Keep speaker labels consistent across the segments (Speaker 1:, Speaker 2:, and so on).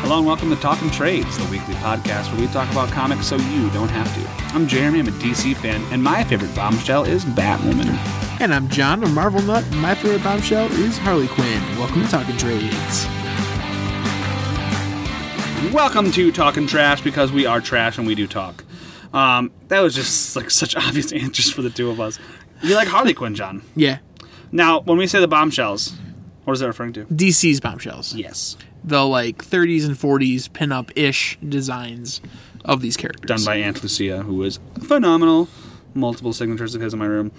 Speaker 1: Hello and welcome to Talking Trades, the weekly podcast where we talk about comics so you don't have to. I'm Jeremy, I'm a DC fan, and my favorite bombshell is Batwoman.
Speaker 2: And I'm John, a Marvel nut, and my favorite bombshell is Harley Quinn. Welcome to Talking Trades.
Speaker 1: Welcome to Talking Trash because we are trash and we do talk. Um, that was just like such obvious answers for the two of us. You like Harley Quinn, John.
Speaker 2: Yeah,
Speaker 1: Now, when we say the bombshells, what is that referring to?
Speaker 2: DC's bombshells.
Speaker 1: Yes.
Speaker 2: The like 30s and 40s pinup ish designs of these characters.
Speaker 1: done by Aunt Lucia, who is phenomenal. Multiple signatures of his in my room.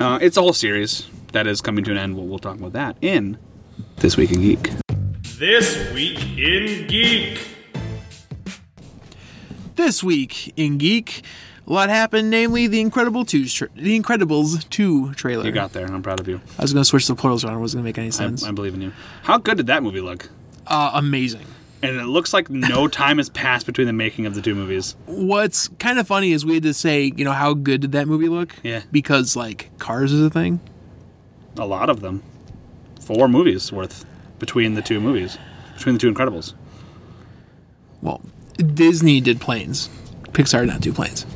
Speaker 1: Uh, it's a whole series that is coming to an end. We'll, we'll talk about that in This Week in Geek.
Speaker 3: This Week in Geek.
Speaker 2: This week in Geek, a lot happened, namely the Incredible two tra- the Incredibles 2 trailer.
Speaker 1: You got there. and I'm proud of you.
Speaker 2: I was going to switch the plurals around. It wasn't going to make any
Speaker 1: I,
Speaker 2: sense.
Speaker 1: I believe in you. How good did that movie look?
Speaker 2: uh, amazing.
Speaker 1: And it looks like no time has passed between the making of the two movies.
Speaker 2: What's kind of funny is we had to say, you know, how good did that movie look?
Speaker 1: Yeah.
Speaker 2: Because, like, Cars is a thing.
Speaker 1: A lot of them. Four movies worth between the two movies, between the two Incredibles.
Speaker 2: Well, Disney did planes. Pixar did not do planes.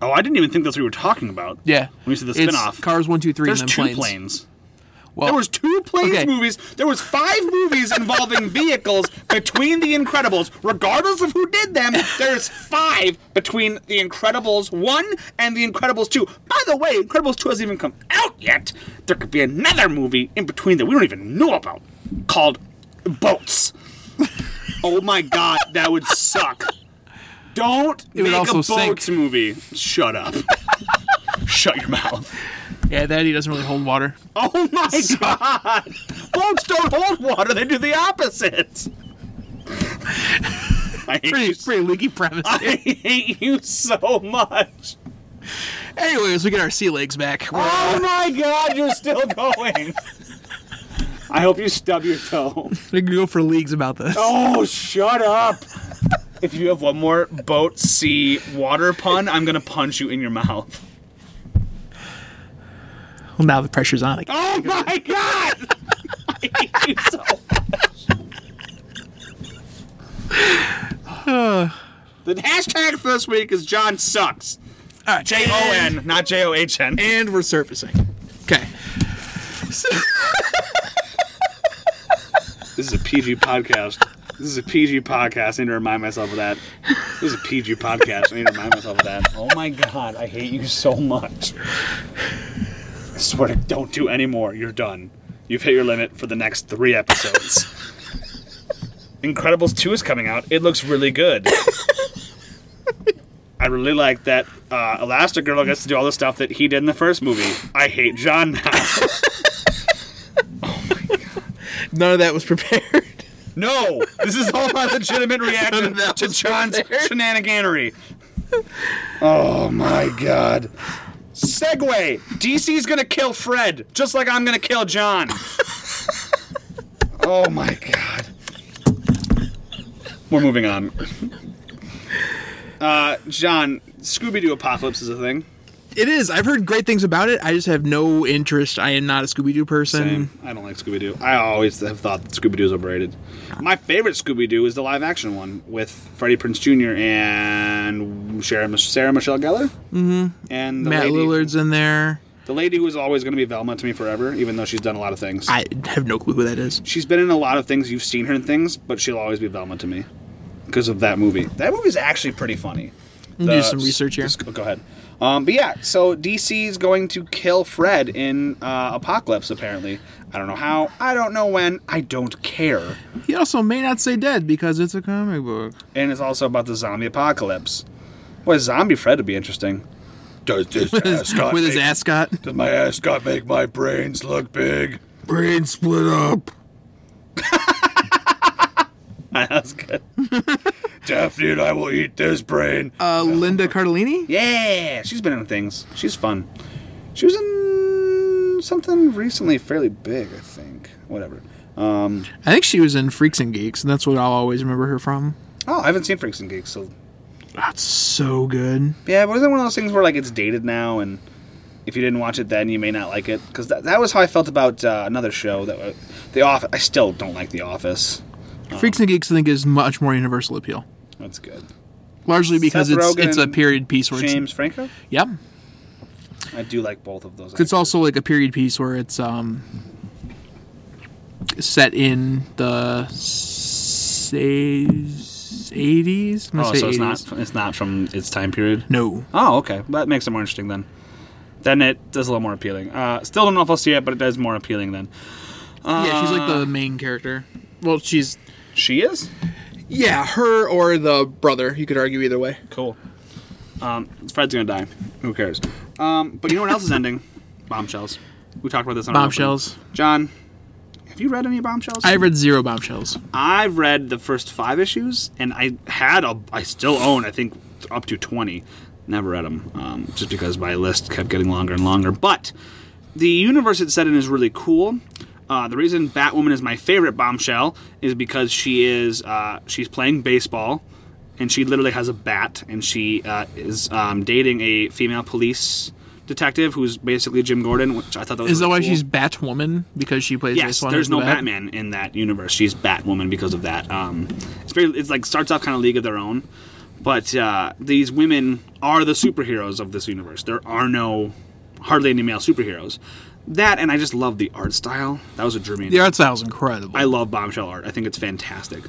Speaker 1: Oh, I didn't even think that's what we were talking about.
Speaker 2: Yeah.
Speaker 1: When we said the
Speaker 2: It's
Speaker 1: spin-off.
Speaker 2: Cars 1, 2, 3,
Speaker 1: There's
Speaker 2: and
Speaker 1: two
Speaker 2: then planes.
Speaker 1: planes.
Speaker 2: Well,
Speaker 1: There was two planes
Speaker 2: Okay.
Speaker 1: movies. There was five movies involving vehicles between the Incredibles. Regardless of who did them, there's five between the Incredibles one and the Incredibles two. By the way, Incredibles two hasn't even come out yet. There could be another movie in between that we don't even know about called Boats. oh my god, that would suck. Don't
Speaker 2: would
Speaker 1: make a
Speaker 2: also
Speaker 1: boats
Speaker 2: sink.
Speaker 1: movie. Shut up. Shut your mouth.
Speaker 2: yeah, that he doesn't really hold water.
Speaker 1: Oh my god! Boats don't hold water, they do the opposite! I hate,
Speaker 2: Pretty,
Speaker 1: you,
Speaker 2: pretty leaky premise.
Speaker 1: I hate you so much!
Speaker 2: Anyways, we get our sea legs back. We're-
Speaker 1: Oh my god, you're still going! I hope you stub your toe.
Speaker 2: We can go for leagues about this.
Speaker 1: Oh, shut up! If you have one more boat, sea, water pun, I'm gonna punch you in your mouth.
Speaker 2: Well, now the pressure's on. again.
Speaker 1: Oh my god! I hate you so much. the hashtag for this week is John sucks.
Speaker 2: All right,
Speaker 1: J O N, not J O H N.
Speaker 2: And we're surfacing. Okay.
Speaker 1: This is a PG podcast. This is a PG podcast. I need to remind myself of that. This is a PG podcast. I need to remind myself of that. Oh my god, I hate you so much. I swear to don't do any more. You're done. You've hit your limit for the next three episodes. Incredibles 2 is coming out. It looks really good. I really like that uh, Elastigirl gets to do all the stuff that he did in the first movie. I hate John now.
Speaker 2: None of that was prepared.
Speaker 1: No, this is all my legitimate reaction
Speaker 2: that
Speaker 1: to
Speaker 2: was
Speaker 1: John's
Speaker 2: prepared.
Speaker 1: shenaniganery. Oh my god. Segway. DC's gonna kill Fred, just like I'm gonna kill John. oh my god. We're moving on. Uh, John, Scooby Doo Apocalypse is a thing.
Speaker 2: It is. I've heard great things about it. I just have no interest. I am not a Scooby Doo person.
Speaker 1: I don't like Scooby Doo. I always have thought that Scooby Doo is overrated. My favorite Scooby Doo is the live action one with Freddie Prince Jr. and Sarah, Mich- Sarah Michelle Gellar. Mm-hmm. And the
Speaker 2: Matt
Speaker 1: lady,
Speaker 2: Lillard's in there.
Speaker 1: the lady who is always going to be Velma to me forever, even though she's done a lot of things.
Speaker 2: I have no clue who that is.
Speaker 1: she's been in a lot of things. You've seen her in things, but she'll always be Velma to me because of that movie. That movie's actually pretty funny.
Speaker 2: do
Speaker 1: The-
Speaker 2: some research here.
Speaker 1: the sc- go ahead. Um, but yeah, so DC's going to kill Fred in uh, Apocalypse, apparently. I don't know how. I don't know when. I don't care.
Speaker 2: He also may not say dead because it's a comic book.
Speaker 1: And it's also about the zombie apocalypse. Well, zombie Fred would be interesting. Does this ascot
Speaker 2: With his
Speaker 1: make-
Speaker 2: ascot.
Speaker 1: Does my ascot make my brains look big?
Speaker 2: Brain split up.
Speaker 1: That's good.
Speaker 4: Daphne and I will eat this brain.
Speaker 2: Uh, Linda Cardellini?
Speaker 1: Yeah, she's been in things. She's fun. She was in something recently fairly big, I think. Whatever. Um,
Speaker 2: I think she was in Freaks and Geeks, and that's what I'll always remember her from.
Speaker 1: oh, I haven't seen Freaks and Geeks, so
Speaker 2: That's so good.
Speaker 1: Yeah, but isn't it one of those things where like it's dated now, and if you didn't watch it then, you may not like it uh, because that, that was how I felt about uh, another show that wa- The Office. I still don't like The Office.
Speaker 2: Freaks and Geeks, I think, is much more universal appeal,
Speaker 1: That's good.
Speaker 2: largely because
Speaker 1: Seth
Speaker 2: it's
Speaker 1: Rogen
Speaker 2: it's a period piece where
Speaker 1: James Franco.
Speaker 2: it's yeah,
Speaker 1: I do like both of those.
Speaker 2: it's also like a period piece where it's um set in the eighties.
Speaker 1: oh, so it's not it's not from its time period.
Speaker 2: No,
Speaker 1: Oh, okay. That makes it more interesting then. Then it is a little more appealing. Uh, still don't know if I'll see it, but it is more appealing then.
Speaker 2: yeah, she's like
Speaker 1: Uh.
Speaker 2: the main character. Well, she's
Speaker 1: She is
Speaker 2: yeah, her or the brother. You could argue either way.
Speaker 1: cool. Um, Fred's gonna die. Who cares? Um, but you know what else is ending? Bombshells. We talked about this on our
Speaker 2: Bombshells.
Speaker 1: opening. John, have you read any bombshells?
Speaker 2: I read zero bombshells.
Speaker 1: I've read the first five issues, and I had a, I still own, I think, up to twenty. Never read them, um, just because my list kept getting longer and longer. But the universe it's set in is really cool. Uh, the reason Batwoman is my favorite bombshell is because she is uh, she's playing baseball, and she literally has a bat, and she uh, is um, dating a female police detective who's basically Jim Gordon, which I thought that was
Speaker 2: Is that
Speaker 1: really
Speaker 2: why
Speaker 1: cool.
Speaker 2: she's Batwoman? Because she plays
Speaker 1: Yes,
Speaker 2: this one.
Speaker 1: there's
Speaker 2: as
Speaker 1: no
Speaker 2: the Bat?
Speaker 1: Batman in that universe. She's Batwoman because of that. Um, it's very, it's like starts off kind of League of Their Own, but uh, these women are the superheroes of this universe. There are no, hardly any male superheroes. That and I just love the art style. That was a dream.
Speaker 2: The art style's incredible.
Speaker 1: I love bombshell art. I think it's fantastic.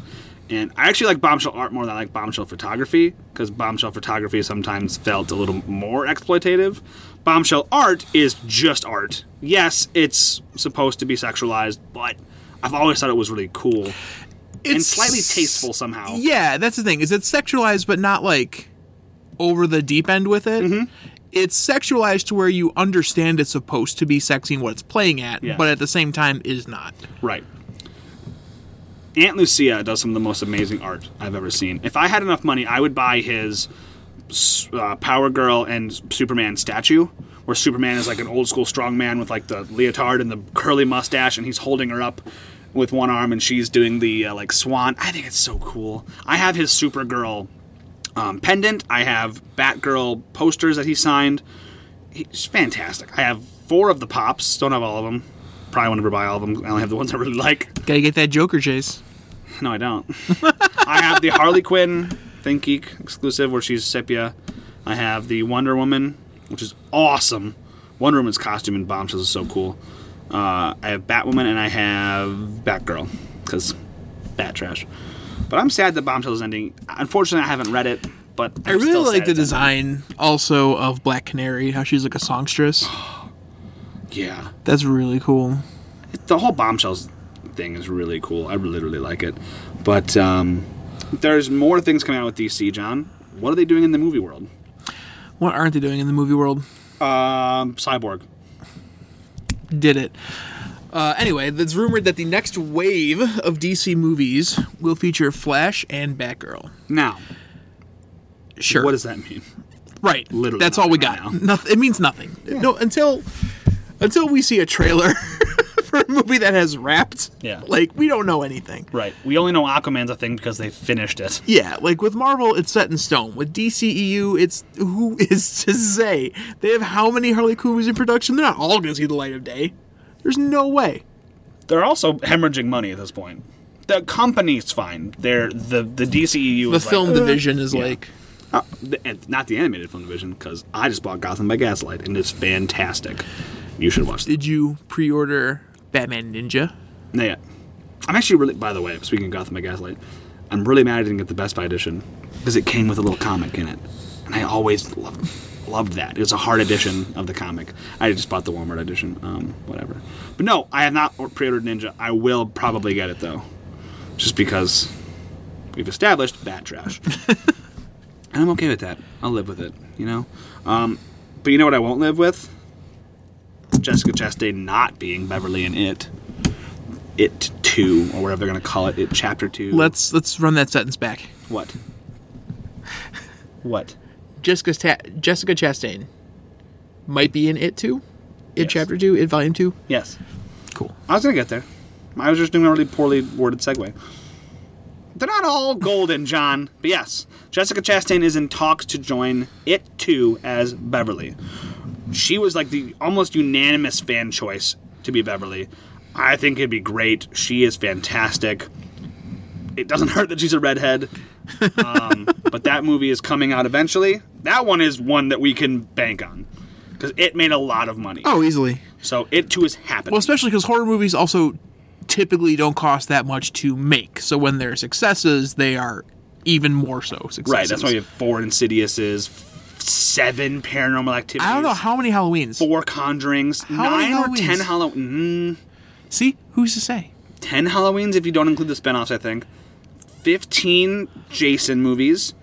Speaker 1: And I actually like bombshell art more than I like bombshell photography because bombshell photography sometimes felt a little more exploitative. Bombshell art is just art. Yes, it's supposed to be sexualized, but I've always thought it was really cool
Speaker 2: it's
Speaker 1: and slightly tasteful somehow.
Speaker 2: Yeah, that's the thing. Is it's sexualized, but not like over the deep end with it.
Speaker 1: Mm-hmm.
Speaker 2: It's sexualized to where you understand it's supposed to be sexy and what it's playing at,
Speaker 1: Yeah.
Speaker 2: but at the same time is not.
Speaker 1: Right. Aunt Lucia does some of the most amazing art I've ever seen. If I had enough money, I would buy his uh, Power Girl and Superman statue, where Superman is like an old school strong man with like the leotard and the curly mustache, and he's holding her up with one arm, and she's doing the uh, like swan. I think it's so cool. I have his Supergirl um, pendant. I have Batgirl posters that he signed. He's fantastic. I have four of the pops. Don't have all of them. Probably won't ever buy all of them. I only have the ones I really like.
Speaker 2: Gotta get that Joker chase.
Speaker 1: No, I don't. I have the Harley Quinn Think Geek exclusive where she's sepia. I have the Wonder Woman, which is awesome. Wonder Woman's costume in Bombshells is so cool. Uh, I have Batwoman and I have Batgirl because Bat trash. But I'm sad that Bombshells is ending. Unfortunately, I haven't read it, but
Speaker 2: I
Speaker 1: I'm still
Speaker 2: really
Speaker 1: sad
Speaker 2: like the
Speaker 1: it's ending.
Speaker 2: design also of Black Canary, how she's like a songstress.
Speaker 1: Yeah,
Speaker 2: That's really cool.
Speaker 1: the whole bombshells thing is really cool. I really, really like it. But um, there's more things coming out with DC, John. What are they doing in the movie world?
Speaker 2: What aren't they doing in the movie world?
Speaker 1: Um, Cyborg.
Speaker 2: Did it. Uh, anyway, it's rumored that the next wave of DC movies will feature Flash and Batgirl.
Speaker 1: Now,
Speaker 2: Sure.
Speaker 1: what does that mean?
Speaker 2: Right.
Speaker 1: Literally
Speaker 2: That's all we
Speaker 1: nothing
Speaker 2: got.
Speaker 1: right now.
Speaker 2: Nothing. It means nothing. No, until until we see a trailer for a movie that has wrapped.
Speaker 1: Yeah.
Speaker 2: Like we don't know anything.
Speaker 1: Right. We only know Aquaman's a thing because they finished it.
Speaker 2: Yeah, like with Marvel, it's set in stone. With DCEU, it's who is to say? They have how many Harley Quinn movies in production? They're not all going to see the light of day. There's no way.
Speaker 1: They're also hemorrhaging money at this point. The company's fine. They're the the DCEU.
Speaker 2: The
Speaker 1: is
Speaker 2: film
Speaker 1: like,
Speaker 2: division is like,
Speaker 1: uh, the- and not the animated film division because I just bought Gotham by Gaslight and it's fantastic. You should watch it.
Speaker 2: did you pre-order Batman Ninja?
Speaker 1: Not yet. I'm actually really. By the way, speaking of Gotham by Gaslight, I'm really mad I didn't get the Best Buy edition because it came with a little comic in it, and I always loved loved that. It was a hard edition of the comic. I just bought the Walmart edition. Um, whatever. But no, I have not pre-ordered Ninja. I will probably get it though, just because we've established bat trash, and I'm okay with that. I'll live with it. You know. Um, but you know what I won't live with? Jessica Chastain not being Beverly in it. It Two or whatever they're gonna call it, it Chapter Two.
Speaker 2: Let's let's run that sentence back.
Speaker 1: what? what?
Speaker 2: Jessica Ta- Jessica Chastain might be in it too. In
Speaker 1: Yes.
Speaker 2: chapter two, in volume two.
Speaker 1: Yes,
Speaker 2: Cool.
Speaker 1: I was gonna get there. I was just doing a really poorly worded segue. They're not all golden, John. But yes, Jessica Chastain is in talks to join It Two as Beverly. She was like the almost unanimous fan choice to be Beverly. I think it'd be great. She is fantastic. It doesn't hurt that she's a redhead. Um, but that movie is coming out eventually. That one is one that we can bank on because it made a lot of money.
Speaker 2: Oh, easily.
Speaker 1: So it too is happening.
Speaker 2: Well, especially because horror movies also typically don't cost that much to make. So when they're successes, they are even more so successes.
Speaker 1: right. That's why we have four Insidiouses, f- seven Paranormal Activities.
Speaker 2: I don't know how many Halloweens.
Speaker 1: Four Conjurings,
Speaker 2: many
Speaker 1: nine or
Speaker 2: Halloweens?
Speaker 1: ten Halloween, mm,
Speaker 2: See, who's to say?
Speaker 1: ten Halloweens if you don't include the spinoffs. I think fifteen Jason movies,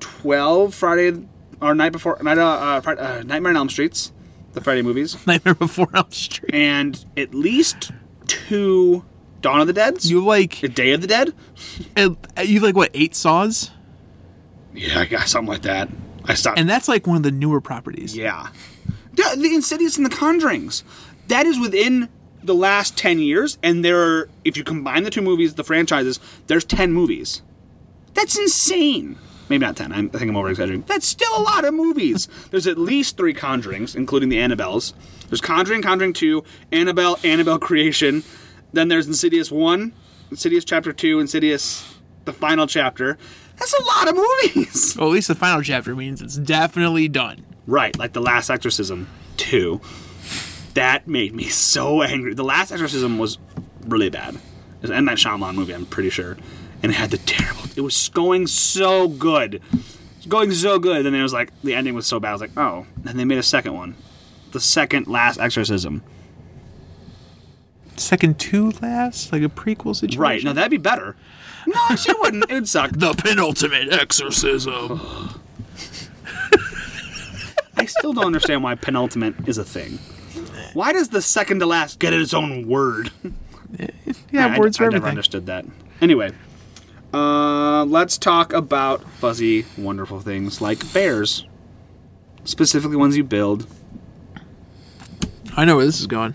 Speaker 1: twelve Friday or Night Before Night uh, uh, Friday, uh, Nightmare on Elm Streets, the Friday movies,
Speaker 2: Nightmare Before Elm Street.
Speaker 1: and at least two Dawn of the Dead,
Speaker 2: You like
Speaker 1: Day of the Dead.
Speaker 2: you like what eight saws,
Speaker 1: Yeah, I got something like that. I stopped.
Speaker 2: and that's like one of the newer properties.
Speaker 1: Yeah. The, the Insidious and the Conjurings. That is within the last 10 years, and there are, if you combine the two movies, the franchises, there's 10 movies. That's insane. Maybe not 10. I'm, I think I'm over exaggerating. That's still a lot of movies. there's at least three Conjurings, including the Annabelles. There's Conjuring, Conjuring 2, Annabelle, Annabelle Creation. Then there's Insidious 1, Insidious Chapter 2, Insidious, the final chapter. That's a lot of movies.
Speaker 2: Well, at least the final chapter means it's definitely done.
Speaker 1: Right, like The Last Exorcism 2. That made me so angry. The Last Exorcism was really bad. It was an M. Night Shyamalan movie, I'm pretty sure. And it had the terrible. It was going so good. It was going so good. And then it was like, the ending was so bad. I was like, oh. And they made a second one. The second Last Exorcism.
Speaker 2: Second to last, like a prequel situation.
Speaker 1: Right, now that'd be better. No, she wouldn't. It would suck.
Speaker 2: the penultimate exorcism.
Speaker 1: I still don't understand why penultimate is a thing. Why does the second to last get its own word?
Speaker 2: Yeah,
Speaker 1: I-
Speaker 2: words
Speaker 1: I,
Speaker 2: for
Speaker 1: never
Speaker 2: everything.
Speaker 1: understood that. Anyway, uh, let's talk about fuzzy, wonderful things like bears, specifically ones you build.
Speaker 2: I know where this is going.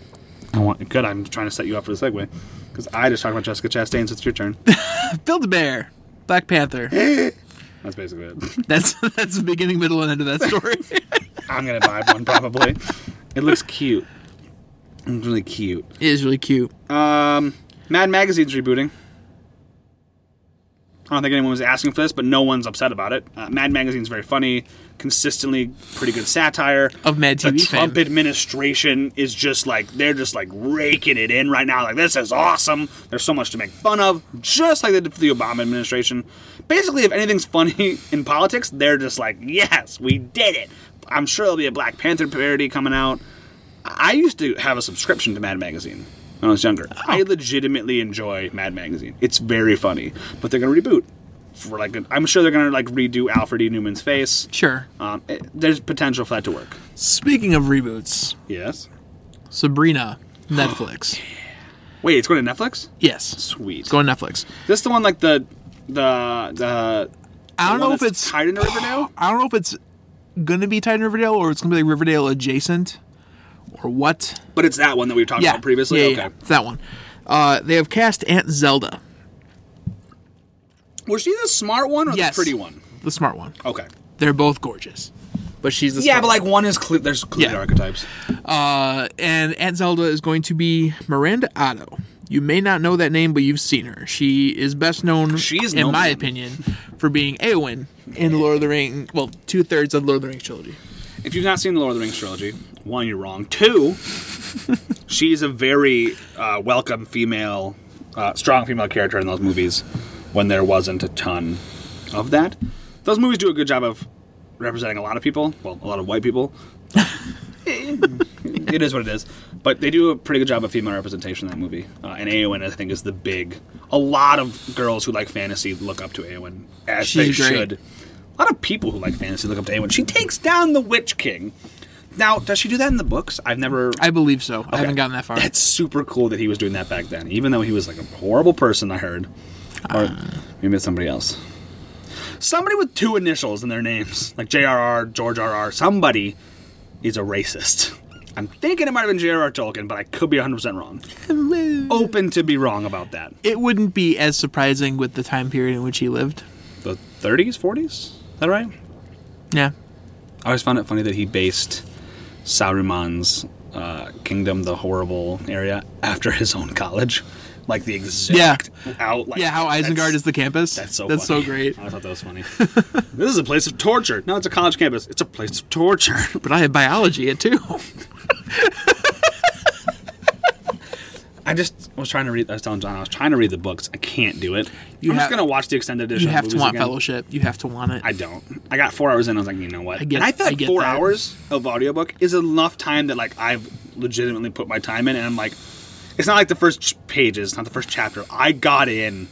Speaker 1: I want good. I'm trying to set you up for the segue because I just talked about Jessica Chastain, so it's your turn.
Speaker 2: Build a bear, Black Panther.
Speaker 1: That's basically it.
Speaker 2: That's that's the beginning, middle, and end of that story.
Speaker 1: I'm gonna buy one probably. It looks cute. It's really cute.
Speaker 2: it is really cute.
Speaker 1: Um, Mad Magazine's rebooting. I don't think anyone was asking for this, but no one's upset about it. Uh, Mad Magazine's very funny, consistently pretty good satire.
Speaker 2: Of Mad
Speaker 1: the
Speaker 2: TV fame.
Speaker 1: Trump administration is just like they're just like raking it in right now. Like this is awesome. There's so much to make fun of, just like they did for the Obama administration. Basically, if anything's funny in politics, they're just like, yes, we did it. I'm sure there'll be a Black Panther parody coming out. I used to have a subscription to Mad Magazine when I was younger. I legitimately enjoy Mad Magazine. It's very funny, but they're gonna reboot. For like, a, I'm sure they're gonna like redo Alfred E. Newman's face.
Speaker 2: Sure.
Speaker 1: Um, it- there's potential for that to work.
Speaker 2: Speaking of reboots,
Speaker 1: Yes.
Speaker 2: Sabrina, Netflix.
Speaker 1: Wait, it's going to Netflix?
Speaker 2: yes,
Speaker 1: Sweet.
Speaker 2: go on Netflix.
Speaker 1: this is the one like the the the.
Speaker 2: I
Speaker 1: the one
Speaker 2: don't know if
Speaker 1: that's
Speaker 2: it's
Speaker 1: tied into Riverdale.
Speaker 2: I don't know if it's gonna be tied in Riverdale or it's gonna be like Riverdale adjacent or what.
Speaker 1: but it's that one that we were talking about previously.
Speaker 2: Yeah,
Speaker 1: okay.
Speaker 2: yeah, it's that one. Uh, they have cast Aunt Zelda.
Speaker 1: Was she the smart one or
Speaker 2: Yes.
Speaker 1: the pretty one?
Speaker 2: the smart one.
Speaker 1: Okay.
Speaker 2: They're both gorgeous, but she's the
Speaker 1: Yeah,
Speaker 2: smart
Speaker 1: but like one is cle- there's clearly
Speaker 2: Yeah.
Speaker 1: archetypes.
Speaker 2: Uh, and Aunt Zelda is going to be Miranda Otto. You may not know that name, but you've seen her. She is best known,
Speaker 1: She is
Speaker 2: in my
Speaker 1: known.
Speaker 2: opinion, for being Eowyn in Lord of the Ring. Well, two thirds of Lord of the Rings trilogy.
Speaker 1: If you've not seen the Lord of the Rings trilogy, one, you're wrong. Two, she's a very uh, welcome female, uh, strong female character in those movies when there wasn't a ton of that. Those movies do a good job of representing a lot of people, well, a lot of white people. it is what it is. But they do a pretty good job of female representation in that movie. Uh, and Aowen, I think, is the big. A lot of girls who like fantasy look up to Aowen, as
Speaker 2: She's
Speaker 1: they
Speaker 2: great.
Speaker 1: should. A lot of people who like fantasy look up to Aowen. She takes down the Witch King. Now, does she do that in the books? I've never.
Speaker 2: I believe so. I haven't gotten that far.
Speaker 1: That's super cool that he was doing that back then, even though he was like a horrible person. I heard, or
Speaker 2: Uh.
Speaker 1: maybe it's somebody else. Somebody with two initials in their names, like J.R.R., George R.R. Somebody is a racist. I'm thinking it might have been J.R.R. Tolkien, but I could be 100 percent wrong. Open to be wrong about that.
Speaker 2: It wouldn't be as surprising with the time period in which he lived.
Speaker 1: The 30s, 40s. Is that right?
Speaker 2: Yeah,
Speaker 1: I always found it funny that he based Saruman's uh, kingdom, the horrible area, after his own college. like the exact
Speaker 2: Yeah.
Speaker 1: out. Like,
Speaker 2: Yeah, how Isengard
Speaker 1: that's-
Speaker 2: is the campus.
Speaker 1: That's so.
Speaker 2: That's
Speaker 1: funny.
Speaker 2: so great.
Speaker 1: I thought that was funny. this is a place of torture. No, it's a college campus. It's a place of torture.
Speaker 2: But I have biology at two.
Speaker 1: I just was trying to read. I was telling John I was trying to read the books. I can't do it.
Speaker 2: You
Speaker 1: I'm
Speaker 2: have-
Speaker 1: just gonna watch the extended edition.
Speaker 2: You
Speaker 1: of
Speaker 2: have to
Speaker 1: movies
Speaker 2: want
Speaker 1: again.
Speaker 2: fellowship. You have to want it.
Speaker 1: I don't. I got four hours in. I was like, you know what? I
Speaker 2: get-
Speaker 1: and I feel
Speaker 2: I
Speaker 1: like
Speaker 2: get
Speaker 1: four
Speaker 2: that.
Speaker 1: hours of audiobook is enough time that like I've legitimately put my time in, and I'm like, it's not like the first ch- pages, not the first chapter. I got in,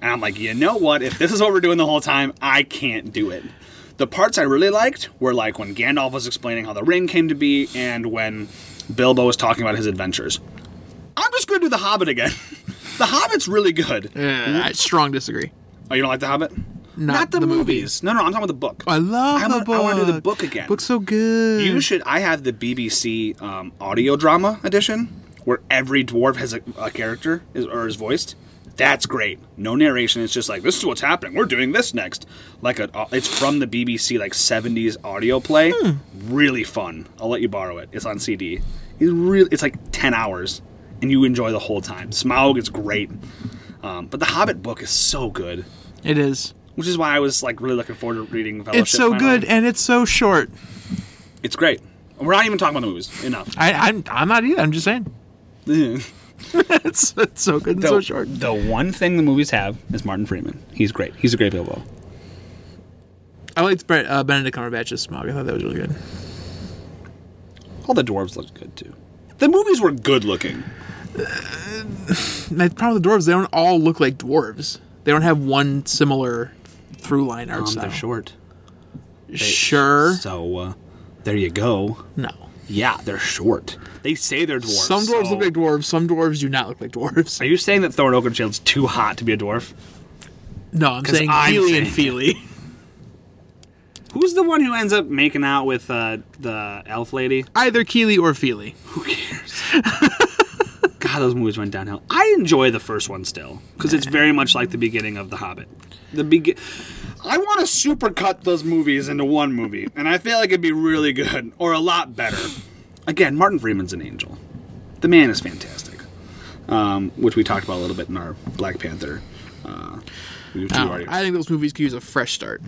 Speaker 1: and I'm like, you know what? If this is what we're doing the whole time, I can't do it. The parts I really liked were like when Gandalf was explaining how the ring came to be, and when Bilbo was talking about his adventures. I'm just gonna do the Hobbit again. the Hobbit's really good.
Speaker 2: Uh, I strong disagree.
Speaker 1: Oh, you don't like the Hobbit?
Speaker 2: Not, the, movie.
Speaker 1: No, no, I'm talking about the book.
Speaker 2: I love
Speaker 1: I
Speaker 2: the
Speaker 1: wanna-
Speaker 2: book.
Speaker 1: I wanna do the book again.
Speaker 2: Book's so good.
Speaker 1: You should. I have the BBC um, audio drama edition where every dwarf has a, a character is, or is voiced. That's great. No narration. It's just like this is what's happening. We're doing this next. Like a, uh, it's from the BBC like '70s audio play.
Speaker 2: Hmm.
Speaker 1: Really fun. I'll let you borrow it. It's on CD. It's really. It's like ten hours, and you enjoy the whole time. Smaug is great, um, but the Hobbit book is so good,
Speaker 2: It is.
Speaker 1: which is why I was like really looking forward to reading. Fellowship
Speaker 2: It's so
Speaker 1: finally.
Speaker 2: good and it's so short.
Speaker 1: It's great. We're not even talking about the movies enough.
Speaker 2: I, I'm I'm not either. I'm just saying. It's, it's so good and
Speaker 1: the,
Speaker 2: so short.
Speaker 1: the one thing the movies have is Martin Freeman. He's great. He's a great Bilbo.
Speaker 2: I liked Bre- uh, Benedict Cumberbatch's smog. I thought that was really good.
Speaker 1: All the dwarves looked good too. The movies were good looking.
Speaker 2: And the problem with the dwarves, they don't all look like dwarves. They don't have one similar through line art style.
Speaker 1: short.
Speaker 2: Sure.
Speaker 1: Um, So uh, there you go.
Speaker 2: No.
Speaker 1: Yeah, they're short. They say they're dwarves.
Speaker 2: Some dwarves
Speaker 1: so-
Speaker 2: look like dwarves. Some dwarves do not look like dwarves.
Speaker 1: Are you saying that Thorin Oakenshield's too hot to be a dwarf?
Speaker 2: No, I'm
Speaker 1: 'Cause
Speaker 2: saying
Speaker 1: I'm
Speaker 2: Healy and
Speaker 1: saying-
Speaker 2: Feely.
Speaker 1: Who's the one who ends up making out with uh, the elf lady?
Speaker 2: Either Keely or Feely.
Speaker 1: Who cares? God, those movies went downhill. I enjoy the first one still because it's very much like the beginning of The Hobbit. The begin. I want to supercut those movies into one movie, and I feel like it'd be really good or a lot better. Again, Martin Freeman's an angel. The man is fantastic, um, which we talked about a little bit in our Black Panther. Uh, we
Speaker 2: I, don't
Speaker 1: already-
Speaker 2: know. Oh, I think those movies could use a fresh start.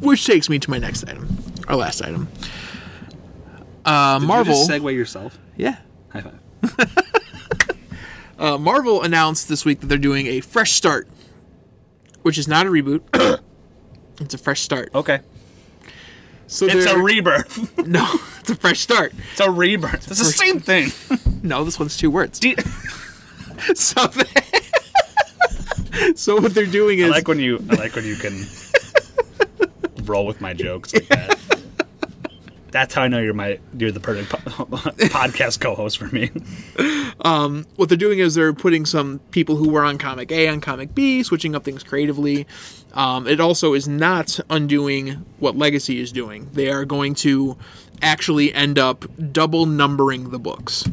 Speaker 2: Which takes me to my next item, our last item. Uh, Marvel.
Speaker 1: Did you just segue yourself.
Speaker 2: yeah.
Speaker 1: High five.
Speaker 2: Uh, Marvel announced this week that they're doing a fresh start, which is not a reboot. it's a fresh start.
Speaker 1: Okay.
Speaker 2: So
Speaker 1: Oh, It's a
Speaker 2: they're-
Speaker 1: rebirth.
Speaker 2: no. It's a fresh start.
Speaker 1: It's a rebirth. It's the same thing.
Speaker 2: No, this one's two words. so, they- so what they're doing is
Speaker 1: I like when you I like when you can roll with my jokes like that. That's how I know you're my you're the perfect po- podcast co-host for me.
Speaker 2: what they're doing is they're putting some people who were on comic A on comic B, switching up things creatively. Um, it also is not undoing what Legacy is doing. They are going to actually end up double numbering the books.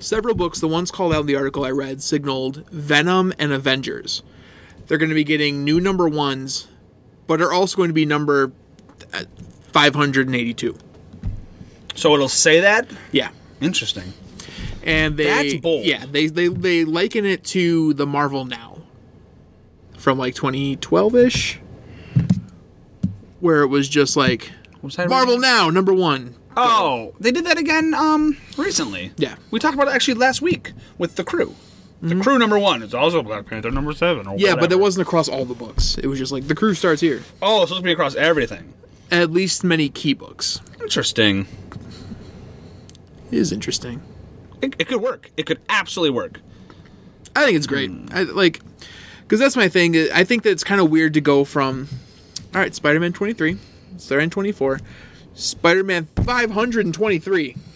Speaker 2: Several books, the ones called out in the article I read, signaled Venom and Avengers. They're going to be getting new number ones, but are also going to be number uh, 582.
Speaker 1: So it'll say that.
Speaker 2: Yeah.
Speaker 1: Interesting.
Speaker 2: and they
Speaker 1: That's bold.
Speaker 2: yeah they they they liken it to the Marvel now from like 2012 ish, where it was just like Marvel now number one.
Speaker 1: Oh, they did that again um recently.
Speaker 2: Yeah.
Speaker 1: We talked about it actually last week with the crew. The crew number 1 is also Black Panther number 7 or
Speaker 2: Yeah, but it
Speaker 1: whatever.
Speaker 2: wasn't across all the books. It was just like the crew starts here.
Speaker 1: Oh, it's supposed to be across everything.
Speaker 2: At least many key books
Speaker 1: Interesting.
Speaker 2: It is interesting.
Speaker 1: It, it could work. It could absolutely work.
Speaker 2: I think it's great.
Speaker 1: Mm.
Speaker 2: I like because that's my thing. I think that it's kind of weird to go from all right, Spider Man 23, Spider Man 24, Spider Man 523.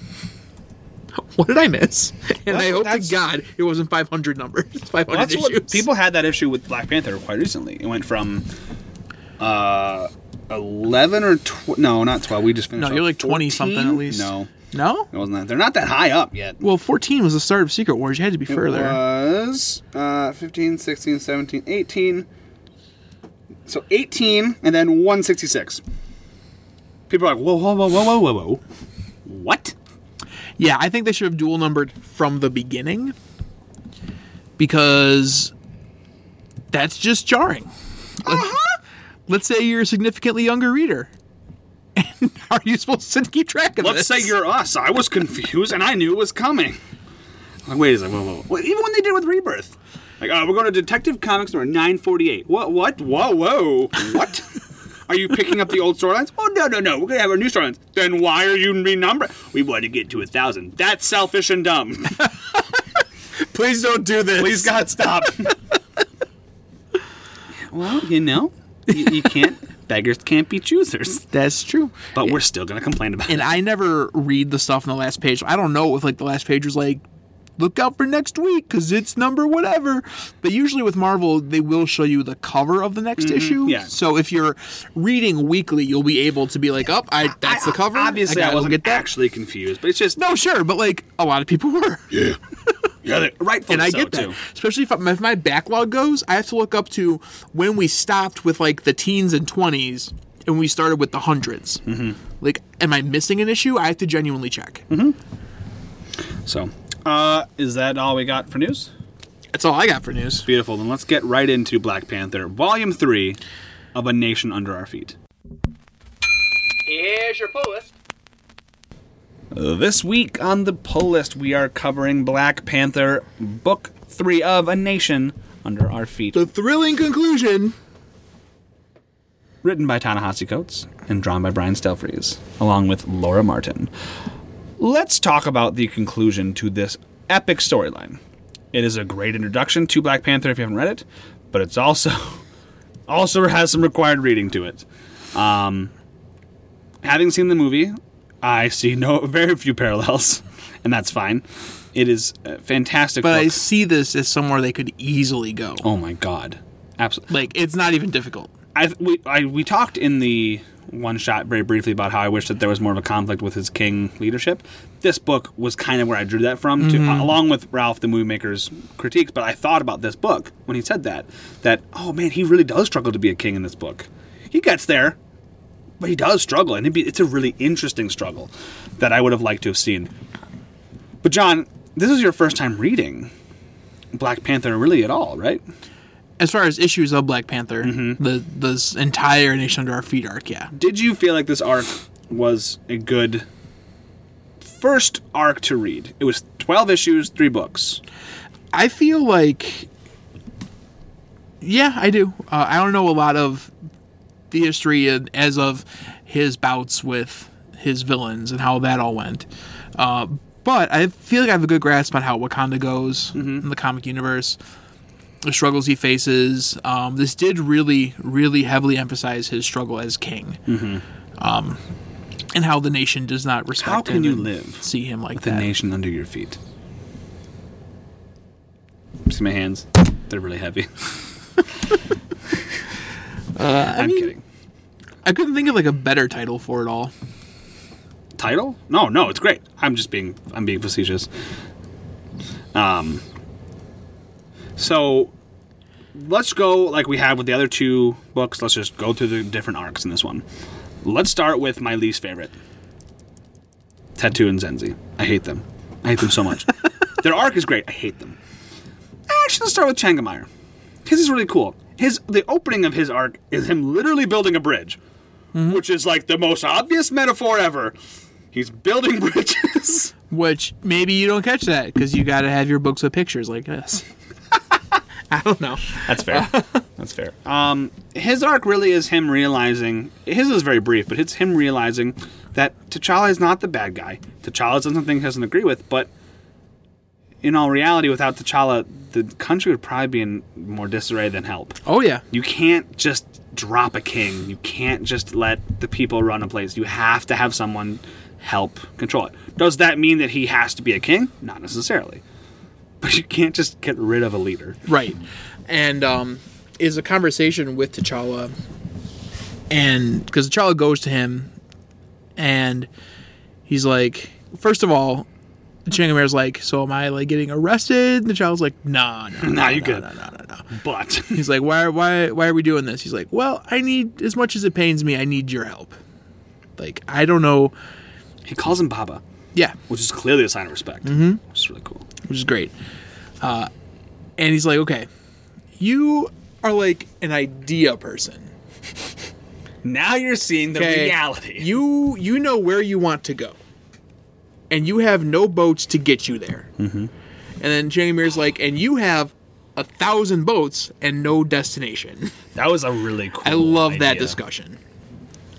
Speaker 2: What did I miss? And I
Speaker 1: Well,
Speaker 2: hope to
Speaker 1: that's-
Speaker 2: God it wasn't 500 numbers, 500
Speaker 1: Well, that's
Speaker 2: issues.
Speaker 1: what people had that issue with Black Panther quite recently. It went from uh, eleven or tw- no, not twelve. We just finished.
Speaker 2: No, you're
Speaker 1: off
Speaker 2: like 20 something at
Speaker 1: 14?
Speaker 2: least.
Speaker 1: No,
Speaker 2: No?
Speaker 1: it wasn't that. They're not that high up yet.
Speaker 2: Well, 14 was the start of Secret Wars. You had to be further.
Speaker 1: It was uh, 15, 16, 17, 18. So 18 and then 166. People are like, whoa, whoa, whoa, whoa, whoa, whoa, whoa. What?
Speaker 2: yeah, I think they should have dual numbered from the beginning. because that's just jarring. Uh-huh. Let, us say you're a significantly younger reader. Are you supposed to keep track of
Speaker 1: Let's
Speaker 2: this?
Speaker 1: say you're us. I was confused and I knew it was coming. Like, wait a second. Whoa, whoa, whoa. Well, Even when they did with Rebirth. Like, uh, we're going to Detective Comics number 948. What? What? Whoa, whoa. What? Are you picking up the old storylines? Oh, no, no, no. We're going to have our new storylines. Then why are you renumbering? We want to get to a thousand. That's selfish and dumb.
Speaker 2: Please don't do this.
Speaker 1: Please, God, stop. well, you know, you, you can't. Beggars can't be choosers.
Speaker 2: That's true.
Speaker 1: But we're still going to complain about it.
Speaker 2: and I never read the stuff in the last page. I don't know if like the last page was like, look out for next week because it's number whatever. But usually with Marvel, they will show you the cover of the next issue.
Speaker 1: Mm-hmm. yeah.
Speaker 2: So if you're reading weekly, you'll be able to be like, oh, I that's the cover.
Speaker 1: Obviously, I,
Speaker 2: gotta
Speaker 1: wasn't
Speaker 2: look at that.
Speaker 1: actually confused, but it's just
Speaker 2: No, sure, but like a lot of people were,
Speaker 4: Yeah. Yeah, they,
Speaker 1: rightfully
Speaker 2: and I
Speaker 1: so,
Speaker 2: get that.
Speaker 1: too.
Speaker 2: Especially if, if my backlog goes, I have to look up to when we stopped with like the teens and twenties, and we started with the 100s Mm-hmm. Like, am I missing an issue? I have to genuinely check.
Speaker 1: So, uh, is that all we got for news?
Speaker 2: That's all I got for news.
Speaker 1: Beautiful. Then let's get right into Black Panther, Volume 3 of A Nation Under Our Feet.
Speaker 2: Here's your full list.
Speaker 1: This week on the pull list, we are covering Black Panther, Book 3 of A Nation Under Our Feet.
Speaker 2: The thrilling conclusion.
Speaker 1: written by Ta-Nehisi Coates and drawn by Brian Stelfreeze, along with Laura Martin. Let's talk about the conclusion to this epic storyline. It is a great introduction to Black Panther if you haven't read it, but it's also also has some required reading to it. Um, having seen the movie, I see no very few parallels, and that's fine. It is a fantastic.
Speaker 2: But I
Speaker 1: book.
Speaker 2: see this as somewhere they could easily go.
Speaker 1: oh my god, absolutely.
Speaker 2: Like it's not even difficult.
Speaker 1: I we I, we talked in the one shot very briefly about how I wish that there was more of a conflict with his king leadership. This book was kind of where I drew that from, to, along with Ralph the movie maker's critiques. But I thought about this book when he said that that oh man, he really does struggle to be a king in this book. He gets there, but he does struggle, and it'd be, it's a really interesting struggle that I would have liked to have seen. But John, this is your first time reading Black Panther really at all, right?
Speaker 2: As far as issues of Black Panther, the this entire Nation Under Our Feet arc, yeah.
Speaker 1: did you feel like this arc was a good first arc to read? It was 12 issues, three books.
Speaker 2: I feel like, yeah, I do. Uh, I don't know a lot of the history and- as of his bouts with his villains and how that all went. Uh, but I feel like I have a good grasp on how Wakanda goes
Speaker 1: Mm-hmm.
Speaker 2: in the comic universe, the struggles he faces. Um, this did really, really heavily emphasize his struggle as king, um,
Speaker 1: Mm-hmm.
Speaker 2: and how the nation does not respect.
Speaker 1: How can
Speaker 2: him
Speaker 1: you
Speaker 2: and
Speaker 1: live
Speaker 2: See him like
Speaker 1: The
Speaker 2: that.
Speaker 1: nation under your feet. See my hands? They're really heavy. I'm kidding.
Speaker 2: I couldn't think of like a better title for it all.
Speaker 1: title? No, no, it's great. I'm just being I'm being facetious. Um so let's go like we have with the other two books. Let's just go through the different arcs in this one. Let's start with my least favorite. Tattoo and Zenzi. I hate them. I hate them so much. Their arc is great. I hate them. Actually, let's start with Changemeyer. His is really cool. His the opening of his arc is him literally building a bridge which is like the most obvious metaphor ever. He's building bridges.
Speaker 2: Which maybe you don't catch that because you got to have your books with pictures like this. I don't know.
Speaker 1: That's fair. That's fair. Um, his arc really is him realizing his is very brief, but it's him realizing that T'Challa is not the bad guy. T'Challa is something he doesn't agree with, but in all reality, without T'Challa, the country would probably be in more disarray than help.
Speaker 2: Oh yeah,
Speaker 1: You can't just drop a king. You can't just let the people run a place. You have to have someone help control it. Does that mean that he has to be a king? Not necessarily. But you can't just get rid of a leader.
Speaker 2: right. And um, is a conversation with T'Challa, and because T'Challa goes to him, and he's like, first of all, Changamir's like, so am I like getting arrested? And T'Challa's like, nah, no,
Speaker 1: Nah, you
Speaker 2: no,
Speaker 1: good.
Speaker 2: no, no, no, no.
Speaker 1: But
Speaker 2: He's like, why, why, why are we doing this? He's like, well, I need as much as it pains me, I need your help. Like, I don't know.
Speaker 1: he calls him Baba,
Speaker 2: Yeah,
Speaker 1: which is clearly a sign of respect. Mm-hmm. Which is really cool.
Speaker 2: which is great. Uh, and he's like, okay, you are like an idea person.
Speaker 1: Now you're seeing the
Speaker 2: 'kay?
Speaker 1: reality.
Speaker 2: You you know where you want to go, and you have no boats to get you there. Mm-hmm. And then Jerry Mir's like, and you have a thousand boats and no destination.
Speaker 1: that was a really cool.
Speaker 2: I love that
Speaker 1: idea.
Speaker 2: discussion.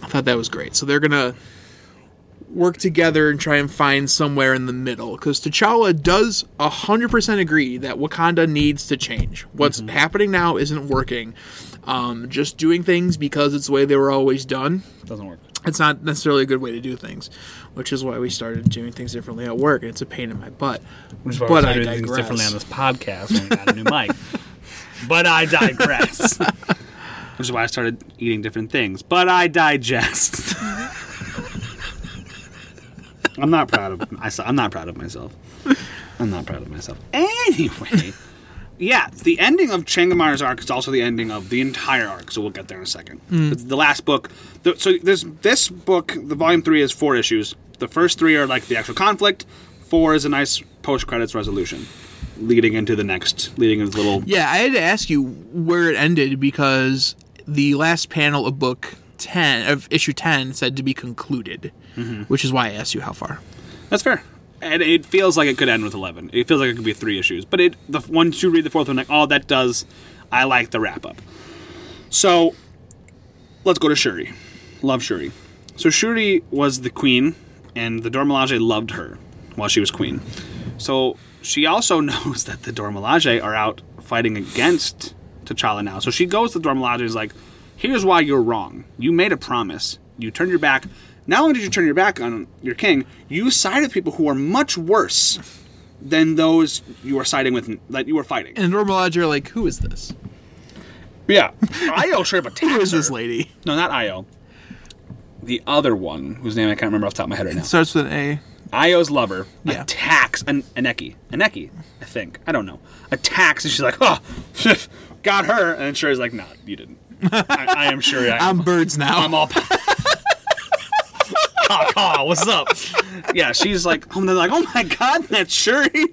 Speaker 2: I thought that was great. So they're gonna work together and try and find somewhere in the middle because T'Challa does hundred percent agree that Wakanda needs to change. What's
Speaker 1: Mm-hmm.
Speaker 2: happening now isn't working. Um, just doing things because it's the way they were always done.
Speaker 1: Doesn't work.
Speaker 2: It's not necessarily a good way to do things, which is why we started doing things differently at work. And it's a pain in my butt.
Speaker 1: Which is why
Speaker 2: But
Speaker 1: we're
Speaker 2: I
Speaker 1: doing things
Speaker 2: digress.
Speaker 1: differently on this podcast when we got a new mic. But I digress. Which is why I started eating different things. But I digest. I'm not proud of I, am not proud of myself. I'm not proud of myself. Anyway, yeah, the ending of Changamar's arc is also the ending of the entire arc. So we'll get there in a second. It's the last book. The- so this this book, the volume three, is four issues. The first three are like the actual conflict. Four is a nice post credits resolution, leading into the next, leading into the little
Speaker 2: Yeah, I had to ask you where it ended because the last panel of book ten of issue ten said to be concluded,
Speaker 1: Mm-hmm.
Speaker 2: which is why I asked you how far.
Speaker 1: That's fair. And it feels like it could end with eleven. It feels like it could be three issues. But it the once you read the fourth one, like, oh, that does. I like the wrap up. So, let's go to Shuri. Love Shuri. So Shuri was the queen, and the Dor Milaje loved her while she was queen. So she also knows that the Dor Milaje are out fighting against T'Challa now. So she goes to the Dor Milaje and is like, "Here's why you're wrong. You made a promise. You turned your back. Not only did you turn your back on your king, you sided with people who are much worse than those you are siding with that you were fighting."
Speaker 2: And Normal Lodger, like, who is this?
Speaker 1: Yeah, Io straight up
Speaker 2: Who
Speaker 1: attacked
Speaker 2: is this
Speaker 1: her.
Speaker 2: lady?
Speaker 1: No, not Io. The other one, whose name I can't remember off the top of my head right now.
Speaker 2: Starts with an A.
Speaker 1: Io's lover
Speaker 2: Yeah.
Speaker 1: attacks an- Aneki. Aneki, I think. I don't know. Attacks, and she's like, oh, got her. And Shuri's like, nah, you didn't. I, I am Shuri. I am
Speaker 2: I'm birds now.
Speaker 1: I'm all. Caw, caw, what's up? Yeah, she's like, oh, they're like, oh my god, that's Shuri.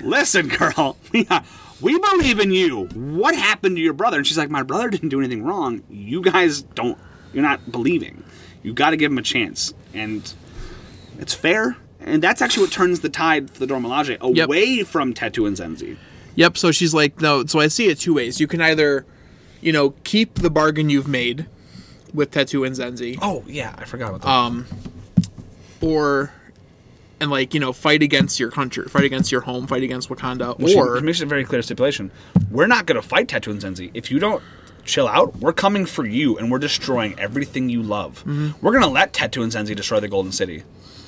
Speaker 1: Listen, girl, yeah, we believe in you. What happened to your brother? And she's like, my brother didn't do anything wrong. You guys don't. You're not believing. You got to give him a chance, and it's fair. And that's actually what turns the tide for the Dormelage
Speaker 2: Yep.
Speaker 1: away from Tetu and Zenzi.
Speaker 2: Yep. So she's like, no. So I see it two ways. You can either, you know, keep the bargain you've made with Tetu and Zenzi,
Speaker 1: Oh yeah, I forgot about that.
Speaker 2: or and like you know fight against your country, fight against your home, fight against Wakanda,
Speaker 1: or
Speaker 2: or
Speaker 1: makes it very clear stipulation. We're not going to fight Tattoo and Zenzi. If you don't chill out, we're coming for you and we're destroying everything you love.
Speaker 2: Mm-hmm.
Speaker 1: We're going to let Tattoo and Zenzi destroy the Golden City,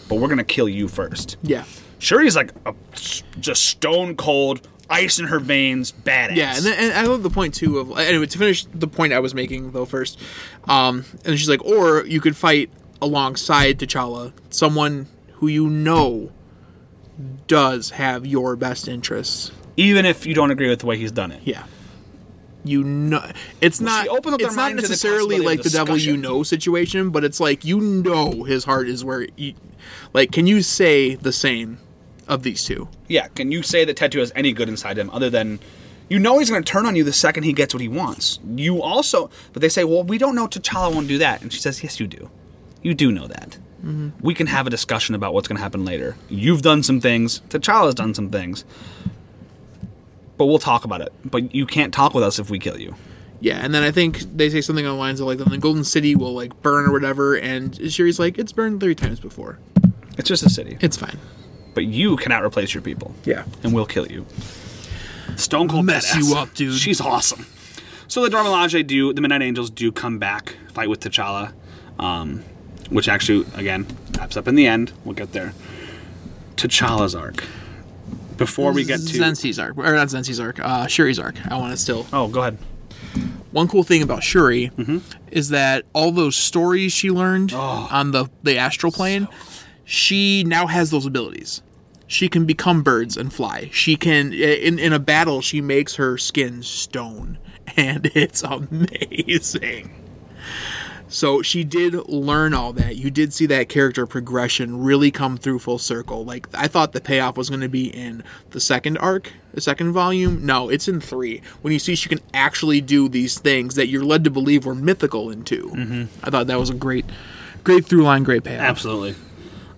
Speaker 1: but we're going to kill you first.
Speaker 2: yeah,
Speaker 1: Shuri's like a, just stone cold, ice in her veins, badass.
Speaker 2: Yeah, and, then, and I love the point too of anyway to finish the point I was making though first, um, and she's like, or you could fight alongside T'Challa, someone who you know does have your best interests.
Speaker 1: even if you don't agree with the way he's done it.
Speaker 2: Yeah, you know, it's
Speaker 1: she
Speaker 2: not
Speaker 1: opened up their
Speaker 2: it's not
Speaker 1: mind to the
Speaker 2: necessarily
Speaker 1: possibility of
Speaker 2: like the devil you
Speaker 1: discussion.
Speaker 2: know situation, but it's like you know his heart is where, you, like, can you say the same of these two?
Speaker 1: Yeah, can you say that Tattoo has any good inside him other than you know he's going to turn on you the second he gets what he wants. You also, but they say, well, we don't know T'Challa won't do that, and she says, yes, you do. You do know that. We can have a discussion about what's going to happen later. You've done some things. T'Challa's done some things. But we'll talk about it. But you can't talk with us if we kill you.
Speaker 2: Yeah, and then I think they say something on the lines of like, then the Golden City will like burn or whatever, and Shuri's like, it's burned three times before.
Speaker 1: It's just a city.
Speaker 2: It's fine.
Speaker 1: But you cannot replace your people.
Speaker 2: Yeah.
Speaker 1: And we'll kill you. Stone Cold
Speaker 2: Mess
Speaker 1: badass.
Speaker 2: you up, dude.
Speaker 1: She's awesome. So the Dormelage do, the Midnight Angels do come back, fight with T'Challa, um, which actually, again, wraps up in the end. We'll get there. T'Challa's arc. Before we get to.
Speaker 2: Zenzi's arc, or not Zenzi's arc, uh, Shuri's arc. I want to still.
Speaker 1: Oh, go ahead.
Speaker 2: One cool thing about Shuri is that all those stories she learned on the the astral plane, she now has those abilities. She can become birds and fly. She can in in a battle she makes her skin stone, and it's amazing. So she did learn all that. You did see that character progression really come through full circle. Like I thought the payoff was going to be in the second arc, the second volume. No, it's in 3. When you see she can actually do these things that you're led to believe were mythical in 2. I thought that was a great great through line, great payoff.
Speaker 1: Absolutely.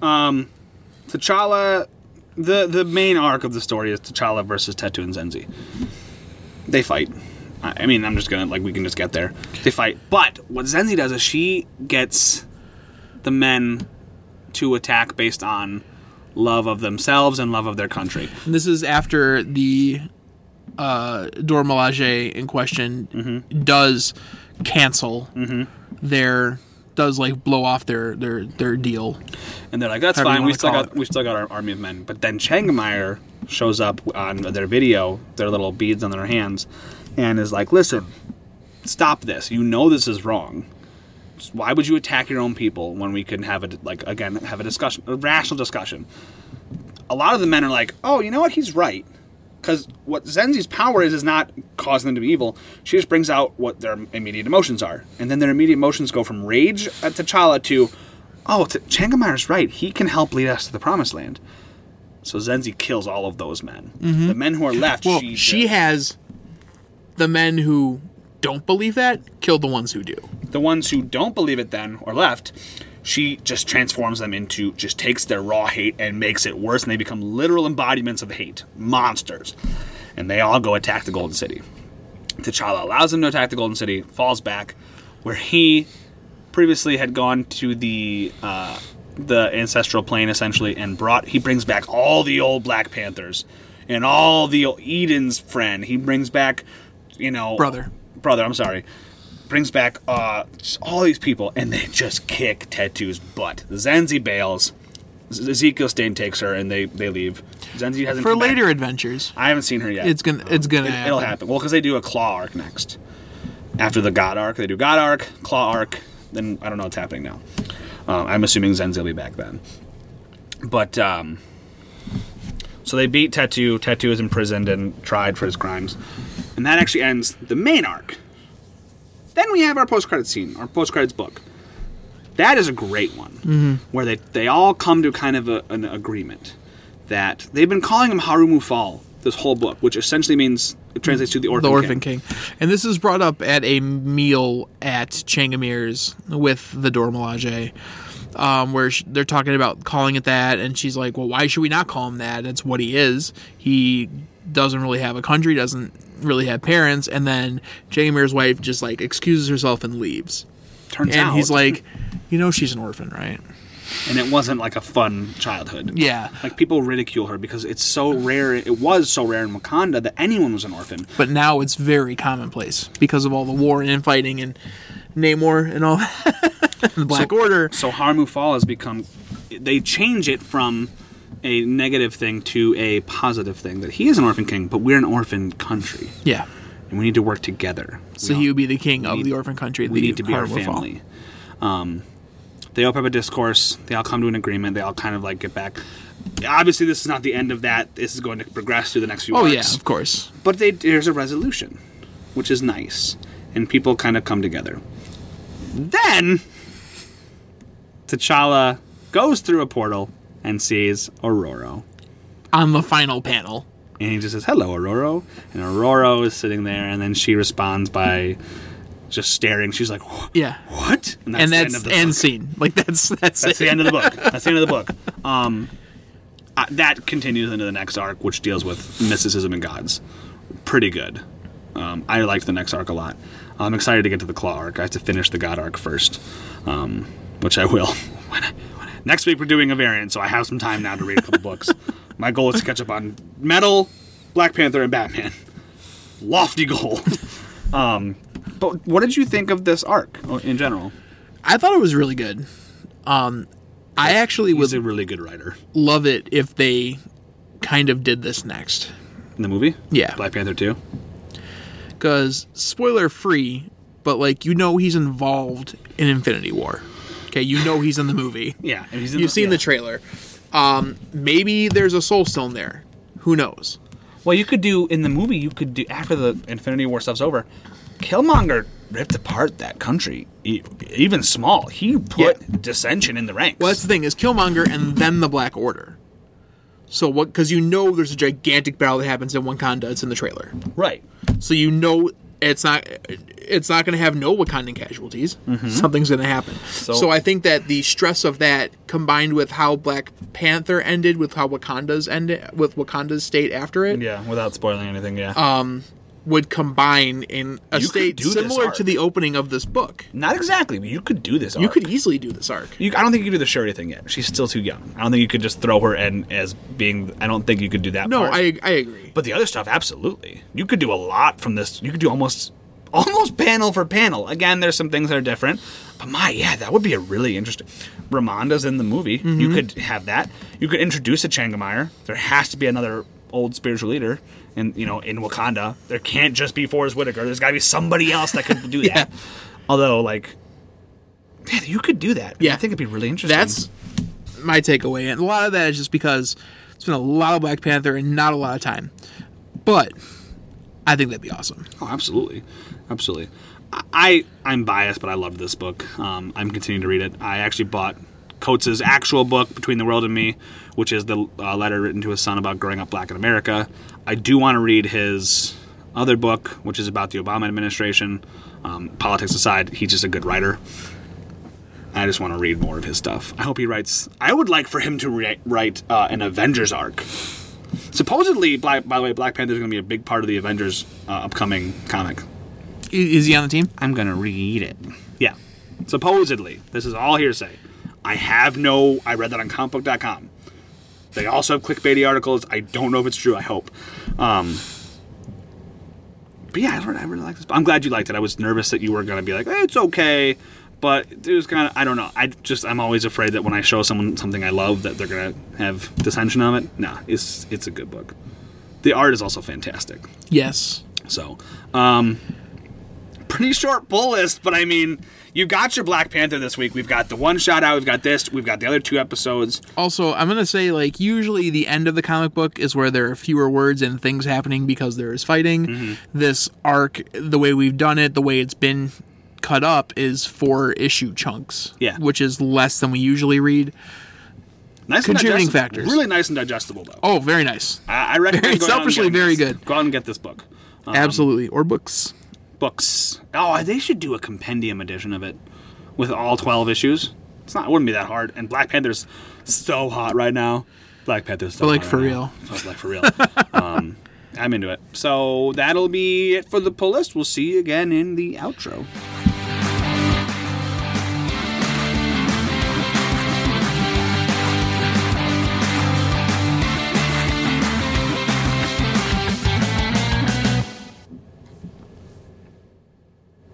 Speaker 1: Um, T'Challa, the the main arc of the story is T'Challa versus Tetu and Zenzi. They fight. I I mean, I'm just gonna like we can just get there. They fight, but what Zenzi does is she gets the men to attack based on love of themselves and love of their country.
Speaker 2: And this is after the uh, Dora Milaje in question
Speaker 1: Mm-hmm.
Speaker 2: does cancel their does like blow off their their their deal.
Speaker 1: And they're like, "That's
Speaker 2: However you
Speaker 1: fine. We
Speaker 2: wanna
Speaker 1: still
Speaker 2: call
Speaker 1: got
Speaker 2: it.
Speaker 1: we still got our army of men." But then Changmeyer shows up on their video, their little beads on their hands, and is like, "Listen, stop this. You know this is wrong. Why would you attack your own people when we can have a like again have a discussion, a rational discussion?" A lot of the men are like, "Oh, you know what? He's right." Because what Zenzi's power is is not causing them to be evil. She just brings out what their immediate emotions are, and then their immediate emotions go from rage at T'Challa to, oh, T- Changamayer's right. He can help lead us to the promised land. So Zenzi kills all of those men. The men who are left,
Speaker 2: Mm-hmm. Well,
Speaker 1: she,
Speaker 2: she, has the men who don't believe that kill the ones who do.
Speaker 1: the ones who don't believe it then or left. She just transforms them into just takes their raw hate and makes it worse, and they become literal embodiments of hate, monsters, and they all go attack the Golden City. T'Challa allows them to attack the Golden City, falls back, where he previously had gone to the uh, the ancestral plane essentially, and brought he brings back all the old Black Panthers and all the Eden's friend. He brings back, you know,
Speaker 2: Brother.
Speaker 1: brother. I'm sorry. Brings back uh, all these people, and they just kick Tattoo's butt. Zenzi bails. Z- Ezekiel Stain takes her, and they they leave. Zenzi hasn't
Speaker 2: For
Speaker 1: come back.
Speaker 2: later adventures,
Speaker 1: I haven't seen her yet.
Speaker 2: it's gonna it's gonna happen.
Speaker 1: It'll happen. Well, because they do a claw arc next. After the God arc, they do God arc, claw arc. Then I don't know what's happening now. Um, I'm assuming Zenzi will be back then. But um, so they beat Tattoo. Tattoo is imprisoned and tried for his crimes, and that actually ends the main arc. Then we have our post credit scene, our post credits book. That is a great one,
Speaker 2: Mm-hmm.
Speaker 1: where they, they all come to kind of a, an agreement that they've been calling him Harumu Fall this whole book, which essentially means it translates to the Orphan,
Speaker 2: The Orphan King. And this is brought up at a meal at Changamir's with the Dormelage, um, where sh- they're talking about calling it that. And she's like, well, why should we not call him that? It's what he is. He doesn't really have a country, doesn't really have parents. And then Changamir's wife just like excuses herself and leaves.
Speaker 1: Turns
Speaker 2: And
Speaker 1: out,
Speaker 2: he's like, you know, she's an orphan, right?
Speaker 1: and it wasn't like a fun childhood.
Speaker 2: Yeah.
Speaker 1: Like people ridicule her because it's so rare. It was so rare in Wakanda that anyone was an orphan.
Speaker 2: But now it's very commonplace because of all the war and infighting and Namor and all the Black Order.
Speaker 1: So Harumu Fall has become. They change it from a negative thing to a positive thing that he is an orphan king, but we're an orphan country,
Speaker 2: Yeah.
Speaker 1: and we need to work together.
Speaker 2: So
Speaker 1: We
Speaker 2: he would be the king of
Speaker 1: need-
Speaker 2: the orphan country.
Speaker 1: we
Speaker 2: the
Speaker 1: need to be our
Speaker 2: Harwood Fall.
Speaker 1: family. Um, they open up a discourse. They all come to an agreement. They all kind of like get back. Obviously, this is not the end of that. This is going to progress through the next few.
Speaker 2: Oh
Speaker 1: arcs.
Speaker 2: yeah, of course.
Speaker 1: But they, there's a resolution, which is nice, and people kind of come together. Then T'Challa goes through a portal and sees Aurora,
Speaker 2: On the final panel,
Speaker 1: and he just says, "Hello, Aurora." And Aurora is sitting there, and then she responds by just staring. She's like, "Wha-
Speaker 2: yeah,
Speaker 1: "What?"
Speaker 2: and that's
Speaker 1: the
Speaker 2: end,
Speaker 1: book.
Speaker 2: scene. Like that's that's,
Speaker 1: That's
Speaker 2: it.
Speaker 1: the end of the book. That's the end of the book. Um, uh, that continues into the next arc, which deals with mysticism and gods. Pretty good. Um, I liked the next arc a lot. I'm excited to get to the claw arc. I have to finish the god arc first, um, which I will. When I- when I- next week we're doing a variant, so I have some time now to read a couple books. My goal is to catch up on Metal, Black Panther, and Batman. Lofty goal. um, but what did you think of this arc uh, in general?
Speaker 2: I thought it was really good. Um, I actually would
Speaker 1: He's a really good writer.
Speaker 2: love it if they kind of did this next.
Speaker 1: In the movie?
Speaker 2: Yeah.
Speaker 1: Black Panther 2?
Speaker 2: because spoiler free, but like you know he's involved in Infinity War. Okay, you know he's in the movie.
Speaker 1: Yeah. and he's in
Speaker 2: You've seen the
Speaker 1: yeah.
Speaker 2: trailer. Um, maybe there's a soul stone there. Who knows?
Speaker 1: Well, you could do, in the movie, you could do, after the Infinity War stuff's over, Killmonger ripped apart that country, e- even small. He put
Speaker 2: Yeah.
Speaker 1: dissension in the ranks.
Speaker 2: Well, that's the thing is Killmonger and then the Black Order. So what? Because you know there's a gigantic battle that happens in Wakanda. It's in the trailer,
Speaker 1: right?
Speaker 2: so you know it's not it's not going to have no Wakandan casualties.
Speaker 1: Mm-hmm.
Speaker 2: Something's going to happen. So, I think that the stress of that combined with how Black Panther ended, with how Wakanda's ended, with Wakanda's state after it,
Speaker 1: Yeah, without spoiling anything. Yeah,
Speaker 2: would combine in a
Speaker 1: You could
Speaker 2: state
Speaker 1: do this
Speaker 2: similar
Speaker 1: arc. Uh,
Speaker 2: to the opening of this book.
Speaker 1: not exactly, but you could do this.
Speaker 2: You could easily do this arc.
Speaker 1: You, I don't think you could do the Shuri thing yet. She's still too young. I don't think you could just throw her in as being. I don't think you could do that.
Speaker 2: No,
Speaker 1: part.
Speaker 2: I I agree.
Speaker 1: But the other stuff, absolutely. You could do a lot from this. You could do almost almost panel for panel. Again, there's some things that are different. But my, yeah, that would be a really interesting. Ramonda's in the movie.
Speaker 2: Mm-hmm.
Speaker 1: You could have that. You could introduce a Changamire. There has to be another old spiritual leader and you know, in Wakanda. There can't just be Forrest Whitaker. There's gotta be somebody else that could do that. Although, like yeah, you could do that.
Speaker 2: Yeah.
Speaker 1: I think it'd be really interesting.
Speaker 2: That's my takeaway, and a lot of that is just because it's been a lot of Black Panther and not a lot of time. But I think that'd be awesome.
Speaker 1: Oh, absolutely, absolutely. I I'm biased, but I loved this book. Um, I'm continuing to read it. I actually bought Coates' actual book, Between the World and Me, which is the uh, letter written to his son about growing up black in America. I do want to read his other book, which is about the Obama administration. Um, politics aside, he's just a good writer. I just want to read more of his stuff. I hope he writes. I would like for him to ri- write uh, an Avengers arc. Supposedly, Black, by the way, Black Panther is going to be a big part of the Avengers uh, upcoming comic.
Speaker 2: I- Is he on the team?
Speaker 1: I'm gonna read it. Yeah. Supposedly, this is all hearsay. I have no. I read that on comicbook.com. They also have clickbaity articles. I don't know if it's true. I hope. Um, but yeah, I really, I really like this. I'm glad you liked it. I was nervous that you were gonna be like, eh, it's okay, but it was kind of. I don't know. I just I'm always afraid that when I show someone something I love, that they're gonna have dissension on it. Nah, it's it's a good book. The art is also fantastic.
Speaker 2: Yes.
Speaker 1: So, um, pretty short pull list, but I mean, you got your Black Panther this week. We've got the one shot out. We've got this. We've got the other two episodes.
Speaker 2: Also, I'm gonna say like usually the end of the comic book is where there are fewer words and things happening because there is fighting. This arc, the way we've done it, the way it's been cut up is four issue chunks.
Speaker 1: Yeah.
Speaker 2: Which is less than we usually read.
Speaker 1: Nice
Speaker 2: Contributing
Speaker 1: and digestible.
Speaker 2: factors.
Speaker 1: Really nice and digestible, though.
Speaker 2: Oh, very nice.
Speaker 1: I, I recommend
Speaker 2: very
Speaker 1: going out and
Speaker 2: selfishly
Speaker 1: getting
Speaker 2: very
Speaker 1: this.
Speaker 2: good.
Speaker 1: Go out and get this book. Um,
Speaker 2: Absolutely. Or books.
Speaker 1: books. Oh, they should do a compendium edition of it with all twelve issues. It's not. It wouldn't be that hard. And Black Panther's so hot right now. Black Panther's so
Speaker 2: But, like,
Speaker 1: hot
Speaker 2: for
Speaker 1: right
Speaker 2: real.
Speaker 1: now. But, like for real. um, I'm into it. So that'll be it for the pull list. We'll see you again in the outro.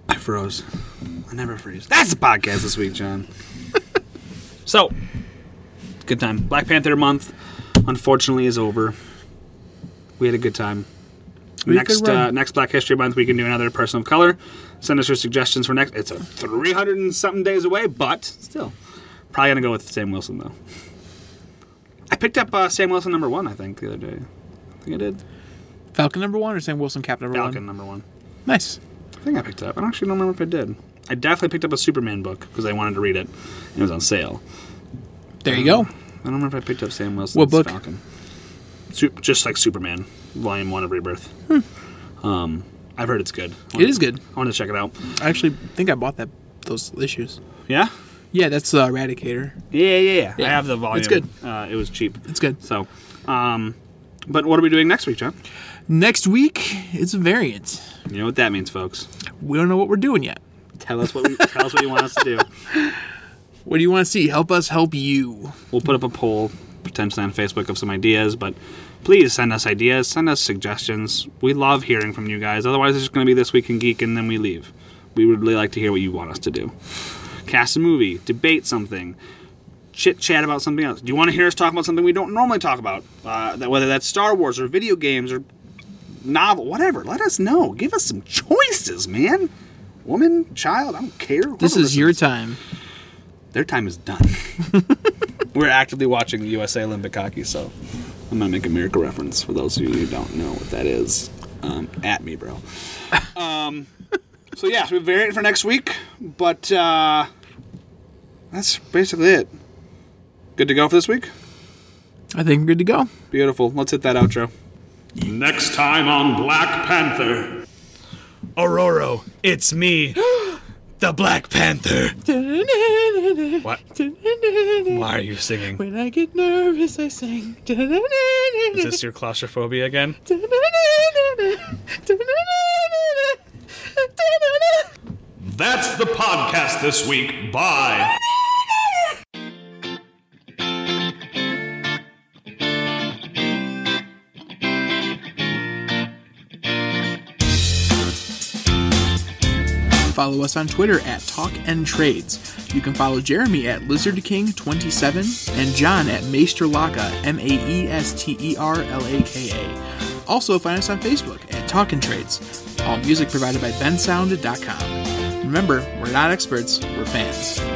Speaker 1: I froze. I never freeze. That's the podcast this week, John. so, good time. Black Panther month, unfortunately, is over. We had a good time.
Speaker 2: had a
Speaker 1: next,
Speaker 2: good run.
Speaker 1: uh, next Black History Month, we can do another person of color. Send us your suggestions for next. It's a 300 and something days away, but still. Probably going to go with Sam Wilson, though. I picked up uh, Sam Wilson number one, I think, the other day. I think I did.
Speaker 2: Falcon number one or Sam Wilson Cap number
Speaker 1: Falcon
Speaker 2: one?
Speaker 1: number one.
Speaker 2: Nice.
Speaker 1: I think I picked it up. I don't actually don't remember if I did. I definitely picked up a Superman book because I wanted to read it. and It was on sale.
Speaker 2: There you go.
Speaker 1: I don't remember if I picked up Sam Wilson's
Speaker 2: What book?
Speaker 1: Falcon. Su- just like Superman, Volume One of Rebirth. Um, I've heard it's good. I wanted-
Speaker 2: Hmm. It is good.
Speaker 1: I wanted to check it out.
Speaker 2: I actually think I bought that those issues.
Speaker 1: Yeah,
Speaker 2: Yeah, that's uh, Eradicator.
Speaker 1: yeah, yeah, yeah. I
Speaker 2: Yeah.
Speaker 1: have the volume.
Speaker 2: It's good.
Speaker 1: Uh, it was cheap.
Speaker 2: It's good.
Speaker 1: So, um, but what are we doing next week, John?
Speaker 2: Next week, it's a variant.
Speaker 1: You know what that means, folks.
Speaker 2: We don't know what we're doing yet.
Speaker 1: Tell us what we, tell us what you want us to do.
Speaker 2: What do you want to see? Help us help you.
Speaker 1: We'll put up a poll potentially on Facebook of some ideas, but please send us ideas, send us suggestions. We love hearing from you guys. Otherwise, it's just going to be This Week in Geek and then we leave. We would really like to hear what you want us to do. Cast a movie, debate something, chit chat about something else. Do you want to hear us talk about something we don't normally talk about? Uh, that, whether that's Star Wars or video games or novel, whatever. Let us know. Give us some choices, man. Woman, child, I don't care.
Speaker 2: This
Speaker 1: Whoever
Speaker 2: is your
Speaker 1: listens
Speaker 2: time.
Speaker 1: their time is done. We're actively watching the USA Olympic hockey, so I'm gonna make a miracle reference for those of you who don't know what that is. Um, at me, bro. Um, So yeah, so we have variant for next week, but uh, that's basically it. Good to go for this week.
Speaker 2: I think we're good to go.
Speaker 1: Beautiful. Let's hit that outro.
Speaker 3: Next time on Black Panther.
Speaker 5: Aurora, it's me, the Black Panther.
Speaker 2: What?
Speaker 5: Why are you singing?
Speaker 2: When I get nervous, I sing.
Speaker 5: Is this your claustrophobia again?
Speaker 3: That's the podcast this week. Bye.
Speaker 2: Follow us on Twitter at Talk and Trades. You can follow Jeremy at Lizard King 27 and John at Maesterlaka, M A E S T E R L A K A. Also find us on Facebook at Talk and Trades. All music provided by bensound.com. Remember, we're not experts, we're fans.